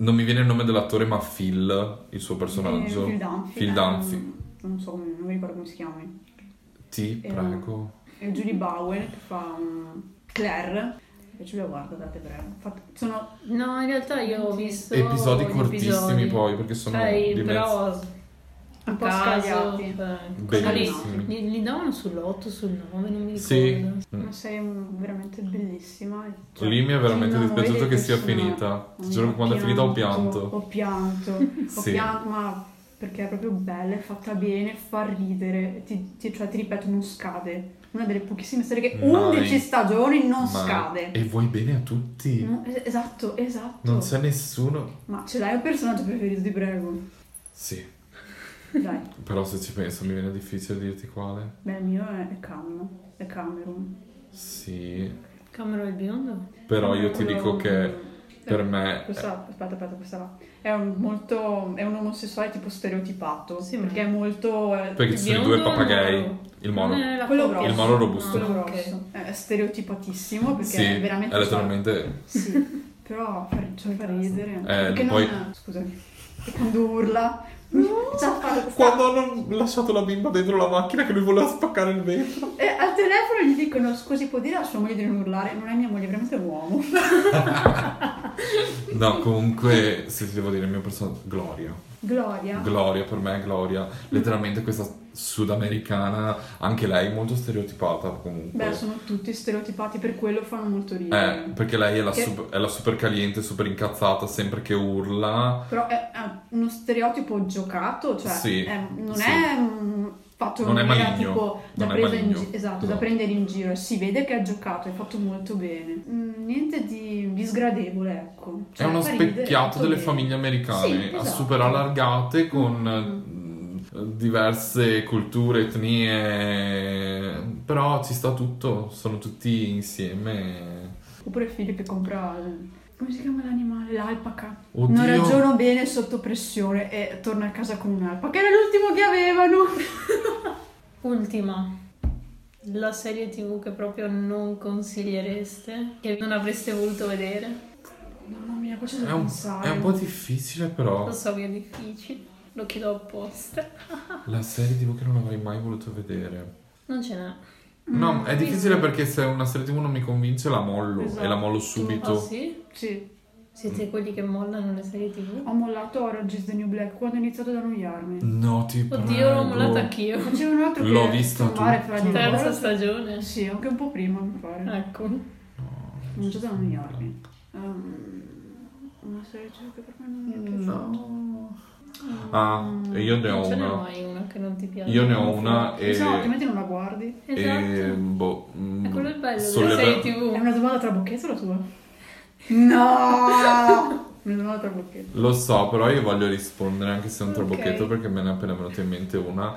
[SPEAKER 1] Non mi viene il nome dell'attore, ma Phil, il suo personaggio.
[SPEAKER 3] Phil Dunphy.
[SPEAKER 1] Phil
[SPEAKER 3] eh,
[SPEAKER 1] Dunphy.
[SPEAKER 3] Non so come, non mi ricordo come si chiami.
[SPEAKER 1] Ti
[SPEAKER 3] Eh,
[SPEAKER 1] prego.
[SPEAKER 3] E Julie Bowen che fa um, Claire. E ce la guarda, date breve. Fa- Sono...
[SPEAKER 2] No, in realtà io ho visto
[SPEAKER 1] Episodi
[SPEAKER 2] gli
[SPEAKER 1] cortissimi
[SPEAKER 2] episodi.
[SPEAKER 1] poi, perché sono
[SPEAKER 2] Sai,
[SPEAKER 1] di
[SPEAKER 2] però a
[SPEAKER 3] Un po'
[SPEAKER 2] caso
[SPEAKER 3] scagliati.
[SPEAKER 2] eh,
[SPEAKER 1] Bellissimi.
[SPEAKER 2] li, li davano sull'8, sul 9, non mi ricordo.
[SPEAKER 1] Sì.
[SPEAKER 3] Una serie veramente bellissima. Cioè,
[SPEAKER 1] Lì mi è veramente
[SPEAKER 3] ti innamori
[SPEAKER 1] dispiaciuto
[SPEAKER 3] dei
[SPEAKER 1] che sia
[SPEAKER 3] personaggi.
[SPEAKER 1] finita. Ti
[SPEAKER 3] Mm,
[SPEAKER 1] giuro che quando è finita ho pianto.
[SPEAKER 3] Ho pianto, ho
[SPEAKER 1] Sì.
[SPEAKER 3] pianto, ma perché è proprio bella, è fatta bene, fa ridere, ti, ti- cioè ti ripeto, non scade. Una delle pochissime serie che
[SPEAKER 1] Mai.
[SPEAKER 3] 11 stagioni non
[SPEAKER 1] Ma-
[SPEAKER 3] scade.
[SPEAKER 1] E vuoi bene a tutti.
[SPEAKER 3] No, es- esatto, esatto.
[SPEAKER 1] Non c'è nessuno.
[SPEAKER 3] Ma ce l'hai un personaggio preferito di Brego?
[SPEAKER 1] Sì.
[SPEAKER 3] Dai,
[SPEAKER 1] Però se ci penso mi viene difficile dirti quale.
[SPEAKER 3] beh, il mio è, è Cam, è Cameron.
[SPEAKER 1] Sì.
[SPEAKER 2] Camero del biondo?
[SPEAKER 1] Però io ti
[SPEAKER 3] Quello-
[SPEAKER 1] dico che per me
[SPEAKER 3] Questa, aspetta, aspetta, questa là. È un, molto, è un omosessuale tipo stereotipato,
[SPEAKER 2] Sì, ma-
[SPEAKER 3] perché è molto... eh,
[SPEAKER 1] Perché ci sono i due
[SPEAKER 2] Biondo
[SPEAKER 1] papagai.
[SPEAKER 2] o
[SPEAKER 1] Il mono.
[SPEAKER 2] Non è la
[SPEAKER 3] Quello
[SPEAKER 2] coppia.
[SPEAKER 3] grosso. Il
[SPEAKER 1] mono robusto.
[SPEAKER 3] quello
[SPEAKER 2] Ah, ok.
[SPEAKER 3] grosso. È stereotipatissimo perché
[SPEAKER 1] Sì,
[SPEAKER 3] è veramente...
[SPEAKER 1] è letteralmente... Eh,
[SPEAKER 3] Sì, però fa, cioè, fa ridere. perché
[SPEAKER 1] poi-
[SPEAKER 3] non... Scusami. E Quando urla... Già fa questa-
[SPEAKER 1] Quando hanno lasciato la bimba dentro la macchina che lui voleva spaccare il vetro.
[SPEAKER 3] E al telefono gli dicono, scusi, può dire a sua moglie di non urlare? Non è mia moglie, è veramente un uomo.
[SPEAKER 1] No, comunque, se ti devo dire il mio personaggio... Gloria.
[SPEAKER 3] Gloria.
[SPEAKER 1] Gloria, per me è Gloria. Letteralmente questa sudamericana, anche lei molto stereotipata comunque.
[SPEAKER 3] Beh, sono tutti stereotipati, per quello fanno molto ridere.
[SPEAKER 1] Eh, perché lei è la,
[SPEAKER 3] Che-
[SPEAKER 1] sup- è la super caliente, super incazzata, sempre che urla.
[SPEAKER 3] Però è, è uno stereotipo giocato, cioè
[SPEAKER 1] Sì,
[SPEAKER 3] è- non
[SPEAKER 1] sì.
[SPEAKER 3] è mm, fatto in
[SPEAKER 1] Non è
[SPEAKER 3] maniera
[SPEAKER 1] maligno,
[SPEAKER 3] tipo da,
[SPEAKER 1] non è
[SPEAKER 3] presa in
[SPEAKER 1] maligno.
[SPEAKER 3] gi- esatto, da
[SPEAKER 1] Esatto.
[SPEAKER 3] prendere in giro, e si vede che è giocato, è fatto molto bene. Mm, niente di, di sgradevole, ecco. Cioè,
[SPEAKER 1] è uno
[SPEAKER 3] fa ridere,
[SPEAKER 1] specchiato
[SPEAKER 3] fatto
[SPEAKER 1] delle
[SPEAKER 3] bene.
[SPEAKER 1] famiglie americane,
[SPEAKER 3] Sì, esatto. Mm.
[SPEAKER 1] super allargate, con eh, diverse culture, etnie, però ci sta tutto, sono tutti insieme.
[SPEAKER 3] Oppure il figlio che compra... Come si chiama l'animale? L'alpaca.
[SPEAKER 1] Oddio.
[SPEAKER 3] Non ragiono bene sotto pressione e torna a casa con un'alpaca. Era l'ultimo che avevano.
[SPEAKER 2] Ultima. La serie tv che proprio non consigliereste, che non avreste voluto vedere.
[SPEAKER 3] Mamma mia, qua c'è da
[SPEAKER 1] È un,
[SPEAKER 3] pensare.
[SPEAKER 1] è un po' difficile però,
[SPEAKER 2] Lo so che è difficile, lo chiedo apposta.
[SPEAKER 1] la serie tv che non avrei mai voluto vedere.
[SPEAKER 2] Non ce n'è.
[SPEAKER 3] Mm,
[SPEAKER 1] No, è difficile perché se una serie tv non mi convince la mollo e la mollo
[SPEAKER 3] Esatto.
[SPEAKER 1] subito.
[SPEAKER 2] Ah sì?
[SPEAKER 3] Sì,
[SPEAKER 2] Siete quelli che mollano le serie tv?
[SPEAKER 3] ho mollato Orange is the New Black quando ho iniziato ad annoiarmi.
[SPEAKER 1] No, boh. ti
[SPEAKER 2] Oddio, l'ho
[SPEAKER 1] prego.
[SPEAKER 2] mollata anch'io.
[SPEAKER 3] Facevo un altro
[SPEAKER 1] L'ho
[SPEAKER 3] che
[SPEAKER 1] vista
[SPEAKER 3] trovare
[SPEAKER 1] tutta.
[SPEAKER 3] fra di loro.
[SPEAKER 2] Terza stagione.
[SPEAKER 3] Sì, anche un po' prima mi pare.
[SPEAKER 2] Ecco.
[SPEAKER 3] Non c'è da annoiarmi. Ehm, una serie TV che per me non mi è piaciuta.
[SPEAKER 1] No. Ah, e io ne ho
[SPEAKER 2] Non ce n'è
[SPEAKER 1] una.
[SPEAKER 2] mai una che non ti piace.
[SPEAKER 1] Io ne ho una e...
[SPEAKER 3] Eh, Se no, altrimenti non la guardi.
[SPEAKER 2] Esatto.
[SPEAKER 1] E, mm, boh, mm,
[SPEAKER 2] È quello il bello
[SPEAKER 1] solleva-
[SPEAKER 2] delle serie
[SPEAKER 3] È
[SPEAKER 2] tv.
[SPEAKER 3] una domanda trabocchetto la tua. No! Mi sono una trabocchetto.
[SPEAKER 1] Lo so, però io voglio rispondere anche se è un
[SPEAKER 2] Ok.
[SPEAKER 1] trabocchetto perché me ne è appena venuta in mente una.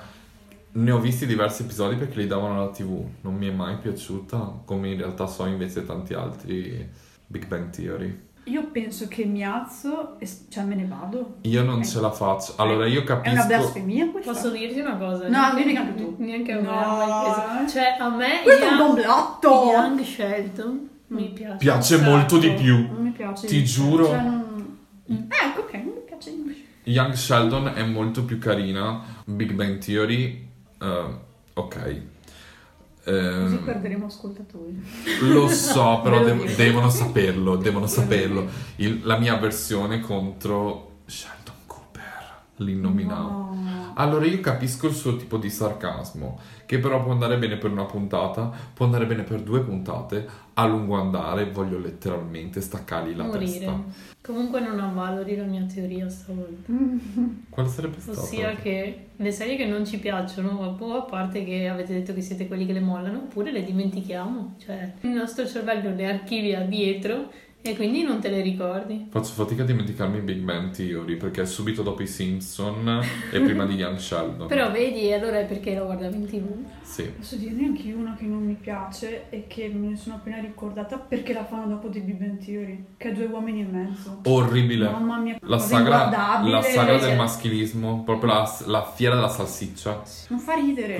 [SPEAKER 1] Ne ho visti diversi episodi perché li davano alla TV, non mi è mai piaciuta, come in realtà so invece tanti altri Big Bang Theory.
[SPEAKER 3] Io penso che mi alzo e s- cioè me ne vado.
[SPEAKER 1] Io non
[SPEAKER 3] Eh.
[SPEAKER 1] ce la faccio. Allora io
[SPEAKER 3] È una
[SPEAKER 1] capisco
[SPEAKER 3] blasfemia questa?
[SPEAKER 2] Posso dirti una cosa?
[SPEAKER 3] No,
[SPEAKER 2] Neanche-
[SPEAKER 3] dimmi anche tu.
[SPEAKER 2] Neanche a me
[SPEAKER 3] No.
[SPEAKER 2] ha mai preso. Cioè, a me
[SPEAKER 3] Questo è un
[SPEAKER 2] Ian,
[SPEAKER 3] complotto!
[SPEAKER 2] Ian Shelton mi piace.
[SPEAKER 1] piace
[SPEAKER 2] un
[SPEAKER 1] molto di
[SPEAKER 2] sacco.
[SPEAKER 1] più.
[SPEAKER 3] Non mi piace.
[SPEAKER 1] Ti giuro.
[SPEAKER 3] Cioè, non... Eh, ecco, ok, non mi piace.
[SPEAKER 1] Young Sheldon è molto più carina. Big Bang Theory, eh, ok.
[SPEAKER 3] Così
[SPEAKER 1] Ehm,
[SPEAKER 3] perderemo ascoltatori.
[SPEAKER 1] Lo so, però
[SPEAKER 3] Ve lo
[SPEAKER 1] dev-
[SPEAKER 3] dico.
[SPEAKER 1] devono saperlo, devono saperlo. Il- la mia versione contro Sheldon Cooper, l'innominavo.
[SPEAKER 3] No.
[SPEAKER 1] Allora io capisco il suo tipo di sarcasmo, che però può andare bene per una puntata, può andare bene per due puntate, a lungo andare voglio letteralmente staccargli la
[SPEAKER 2] Morire.
[SPEAKER 1] testa.
[SPEAKER 2] Comunque non avvalori la mia teoria stavolta.
[SPEAKER 1] Quale sarebbe stato?
[SPEAKER 2] Ossia che le serie che non ci piacciono, o a parte che avete detto che siete quelli che le mollano, oppure le dimentichiamo. Cioè, il nostro cervello le archivia dietro e quindi non te le ricordi.
[SPEAKER 1] Faccio fatica a dimenticarmi Big Bang Theory, perché è subito dopo i Simpson e prima di Young Sheldon.
[SPEAKER 2] Però vedi, allora è perché lo guardavi in tv.
[SPEAKER 1] Sì.
[SPEAKER 3] Posso dirne anche io una che non mi piace e che me ne sono appena ricordata perché la fanno dopo di Big Bang Theory, che è due uomini e mezzo.
[SPEAKER 1] Orribile.
[SPEAKER 3] Mamma mia,
[SPEAKER 1] La
[SPEAKER 3] cosa
[SPEAKER 1] sagra,
[SPEAKER 3] inguardabile.
[SPEAKER 1] la sagra del
[SPEAKER 3] Cioè,
[SPEAKER 1] maschilismo, proprio la, la fiera della salsiccia.
[SPEAKER 3] Non fa ridere.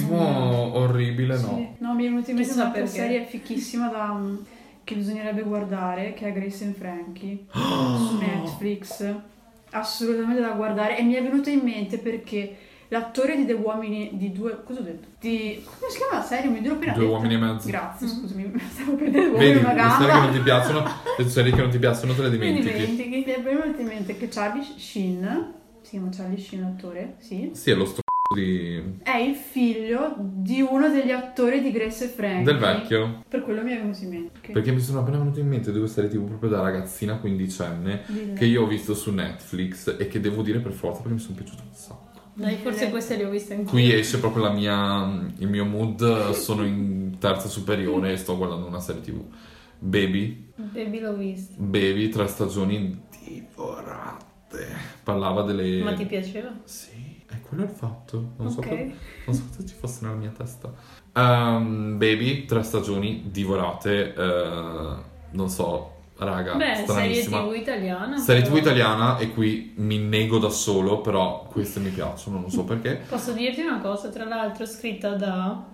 [SPEAKER 1] Quell'umorismo orribile, no.
[SPEAKER 3] Mm. Sì. No, mi è venuta in mente
[SPEAKER 2] Chissà
[SPEAKER 3] un'altra
[SPEAKER 2] perché.
[SPEAKER 3] serie fichissima da, um, che bisognerebbe guardare, che è Grace and Frankie, su Netflix. Assolutamente da guardare. E mi è venuta in mente perché l'attore di The Uomini, di due... cosa ho detto? Di... come si chiama la serie? Mi dirò appena
[SPEAKER 1] Due
[SPEAKER 3] detto.
[SPEAKER 1] uomini e mezzo.
[SPEAKER 3] Grazie, scusami, stavo perdendo
[SPEAKER 1] Vedi,
[SPEAKER 3] una
[SPEAKER 1] le serie che non
[SPEAKER 3] gamba.
[SPEAKER 1] ti piacciono, le serie che non ti piacciono te le
[SPEAKER 3] Mi
[SPEAKER 1] dimentichi.
[SPEAKER 3] dimentichi. Mi è venuta in mente che Charlie Sheen, si chiama Charlie Sheen l'attore, sì,
[SPEAKER 1] Sì, è lo sto di...
[SPEAKER 3] è il figlio di uno degli attori di Grace e Frankie.
[SPEAKER 1] del vecchio.
[SPEAKER 3] Per quello mi è venuto in mente. Che-
[SPEAKER 1] Perché mi sono appena venute in mente due serie tv proprio da ragazzina quindicenne
[SPEAKER 3] Dille.
[SPEAKER 1] che io ho visto su Netflix e che devo dire per forza perché mi sono piaciuto un sacco.
[SPEAKER 2] Dai, forse queste le ho viste anch'io.
[SPEAKER 1] Qui esce proprio la mia, il mio mood, sono in terza superiore e sto guardando una serie tv. Baby,
[SPEAKER 2] Baby l'ho vista.
[SPEAKER 1] Bevi tre stagioni divorate. Parlava delle.
[SPEAKER 2] Ma ti piaceva?
[SPEAKER 1] Sì, è quello il fatto. Non, so,
[SPEAKER 2] Ok.
[SPEAKER 1] per- non so cosa ci fosse nella mia testa. Ehm, Baby, tre stagioni divorate. eh, non so, raga,
[SPEAKER 2] Beh, serie
[SPEAKER 1] Ah, stranissima.
[SPEAKER 2] tv italiana.
[SPEAKER 1] Serie TV
[SPEAKER 2] però-
[SPEAKER 1] italiana e qui mi nego da solo, però queste mi piacciono, non so perché.
[SPEAKER 2] Posso dirti una cosa, tra l'altro scritta da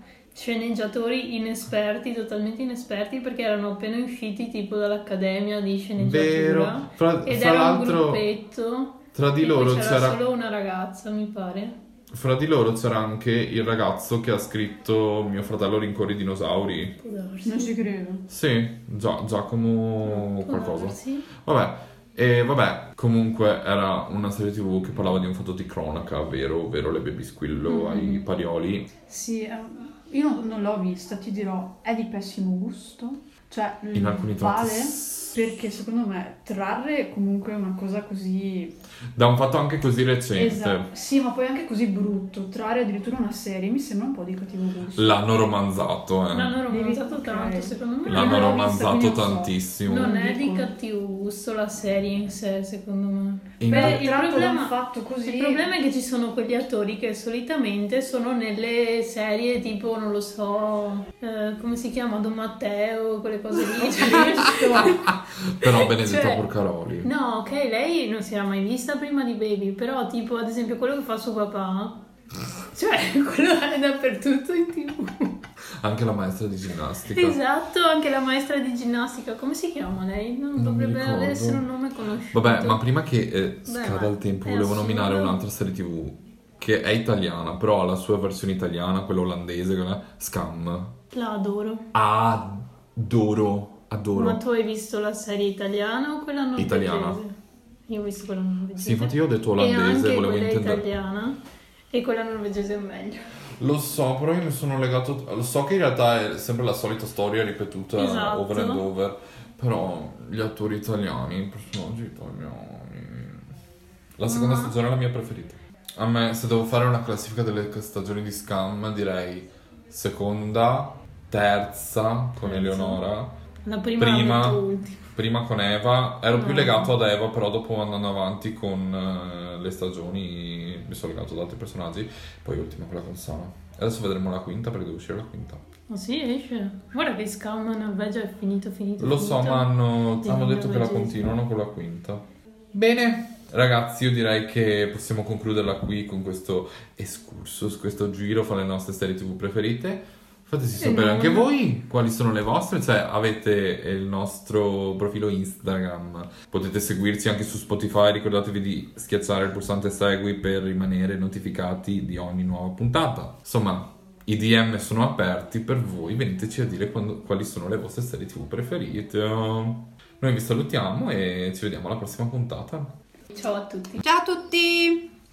[SPEAKER 2] sceneggiatori inesperti, totalmente inesperti, perché erano appena usciti tipo dall'accademia di
[SPEAKER 1] Vero,
[SPEAKER 2] sceneggiatura.
[SPEAKER 1] fra,
[SPEAKER 2] Ed
[SPEAKER 1] fra
[SPEAKER 2] era un
[SPEAKER 1] l'altro,
[SPEAKER 2] gruppetto.
[SPEAKER 1] tra di
[SPEAKER 2] in cui
[SPEAKER 1] loro
[SPEAKER 2] c'era,
[SPEAKER 1] c'era
[SPEAKER 2] solo una ragazza, mi pare.
[SPEAKER 1] Fra di loro c'era anche il ragazzo che ha scritto Mio fratello rincorre i dinosauri.
[SPEAKER 2] Può darsi.
[SPEAKER 3] Non ci credo.
[SPEAKER 1] Sì, Gia- Giacomo
[SPEAKER 2] Può
[SPEAKER 1] qualcosa.
[SPEAKER 2] darsi.
[SPEAKER 1] Vabbè, e vabbè, comunque era una serie tv che parlava di un fatto di cronaca, vero, ovvero le baby squillo ai parioli.
[SPEAKER 3] Sì, ehm, io non, non l'ho vista, ti dirò, è di pessimo gusto. Cioè,
[SPEAKER 1] In alcuni tratti
[SPEAKER 3] vale
[SPEAKER 1] s-
[SPEAKER 3] perché secondo me trarre comunque una cosa così
[SPEAKER 1] Da un fatto anche così recente.
[SPEAKER 3] esatto, sì, ma poi anche così brutto, trarre addirittura una serie mi sembra un po' di cattivo gusto.
[SPEAKER 1] L'hanno romanzato, eh.
[SPEAKER 2] L'hanno romanzato
[SPEAKER 3] Ok.
[SPEAKER 2] tanto, secondo me.
[SPEAKER 1] L'hanno
[SPEAKER 3] non l'ho
[SPEAKER 1] romanzato
[SPEAKER 3] vista, quindi non so.
[SPEAKER 1] tantissimo.
[SPEAKER 2] Non è di
[SPEAKER 3] Dico.
[SPEAKER 2] cattivo gusto la serie in sé, secondo me.
[SPEAKER 1] In-
[SPEAKER 2] Beh,
[SPEAKER 3] Però
[SPEAKER 2] il
[SPEAKER 3] tratto da un
[SPEAKER 2] problema-
[SPEAKER 3] fatto così.
[SPEAKER 2] Il problema è che ci sono quegli attori che solitamente sono nelle serie tipo, non lo so, eh, come si chiama, Don Matteo, quelle cose lì. Cioè,
[SPEAKER 1] Però Benedetta
[SPEAKER 2] Cioè-
[SPEAKER 1] Porcaroli.
[SPEAKER 2] no, ok, lei non si era mai vista prima di Baby, però tipo ad esempio quello che fa suo papà, cioè quello è dappertutto in tv.
[SPEAKER 1] Anche la maestra di ginnastica.
[SPEAKER 2] Esatto, anche la maestra di ginnastica, come si chiama lei? Non,
[SPEAKER 1] Non mi
[SPEAKER 2] dovrebbe
[SPEAKER 1] ricordo.
[SPEAKER 2] essere un nome conosciuto.
[SPEAKER 1] Vabbè, ma prima che eh, scada
[SPEAKER 2] ma
[SPEAKER 1] il tempo,
[SPEAKER 2] è
[SPEAKER 1] volevo nominare
[SPEAKER 2] assurdo.
[SPEAKER 1] un'altra serie TV che è italiana, però ha la sua versione italiana, quella olandese, quella Scam.
[SPEAKER 2] La adoro.
[SPEAKER 1] Adoro,
[SPEAKER 2] Ma
[SPEAKER 1] adoro.
[SPEAKER 2] tu hai visto la serie italiana o quella norvegese?
[SPEAKER 1] Italiana.
[SPEAKER 2] Io ho visto quella norvegese.
[SPEAKER 1] Sì, infatti io ho detto
[SPEAKER 2] e
[SPEAKER 1] olandese,
[SPEAKER 2] anche
[SPEAKER 1] volevo
[SPEAKER 2] quella
[SPEAKER 1] intendere.
[SPEAKER 2] italiana e quella norvegese è meglio.
[SPEAKER 1] Lo so, però io mi sono legato. Lo so che in realtà è sempre la solita storia ripetuta
[SPEAKER 2] Esatto.
[SPEAKER 1] over and over. Però gli attori italiani, i personaggi italiani. La seconda
[SPEAKER 2] Ma-
[SPEAKER 1] stagione è la mia preferita. A me, se devo fare una classifica delle stagioni di Scam, direi seconda, terza con
[SPEAKER 2] Terza.
[SPEAKER 1] Eleonora,
[SPEAKER 2] La prima,
[SPEAKER 1] Prima.
[SPEAKER 2] l'ho detto ultima.
[SPEAKER 1] Prima con Eva, ero più
[SPEAKER 2] Ah.
[SPEAKER 1] legato ad Eva, però dopo andando avanti con eh, le stagioni mi sono legato ad altri personaggi. Poi ultima quella con Sana. Adesso vedremo la quinta perché deve uscire la quinta.
[SPEAKER 2] Oh, sì, esce. Guarda che Scamman Norvegia è finito, finito.
[SPEAKER 1] Lo
[SPEAKER 2] finito.
[SPEAKER 1] so, ma hanno,
[SPEAKER 2] Di
[SPEAKER 1] hanno detto che la
[SPEAKER 2] Norvegia.
[SPEAKER 1] continuano con la quinta. Bene. Ragazzi, io direi che possiamo concluderla qui con questo excursus, questo giro fra le nostre serie TV preferite. Fateci
[SPEAKER 2] E
[SPEAKER 1] sapere
[SPEAKER 2] non.
[SPEAKER 1] anche voi quali sono le vostre, cioè avete eh, il nostro profilo Instagram, potete seguirci anche su Spotify, ricordatevi di schiacciare il pulsante segui per rimanere notificati di ogni nuova puntata. Insomma, i DM sono aperti per voi, veniteci a dire quando- quali sono le vostre serie TV preferite. Noi vi salutiamo e ci vediamo alla prossima puntata.
[SPEAKER 2] Ciao a tutti.
[SPEAKER 4] Ciao a tutti!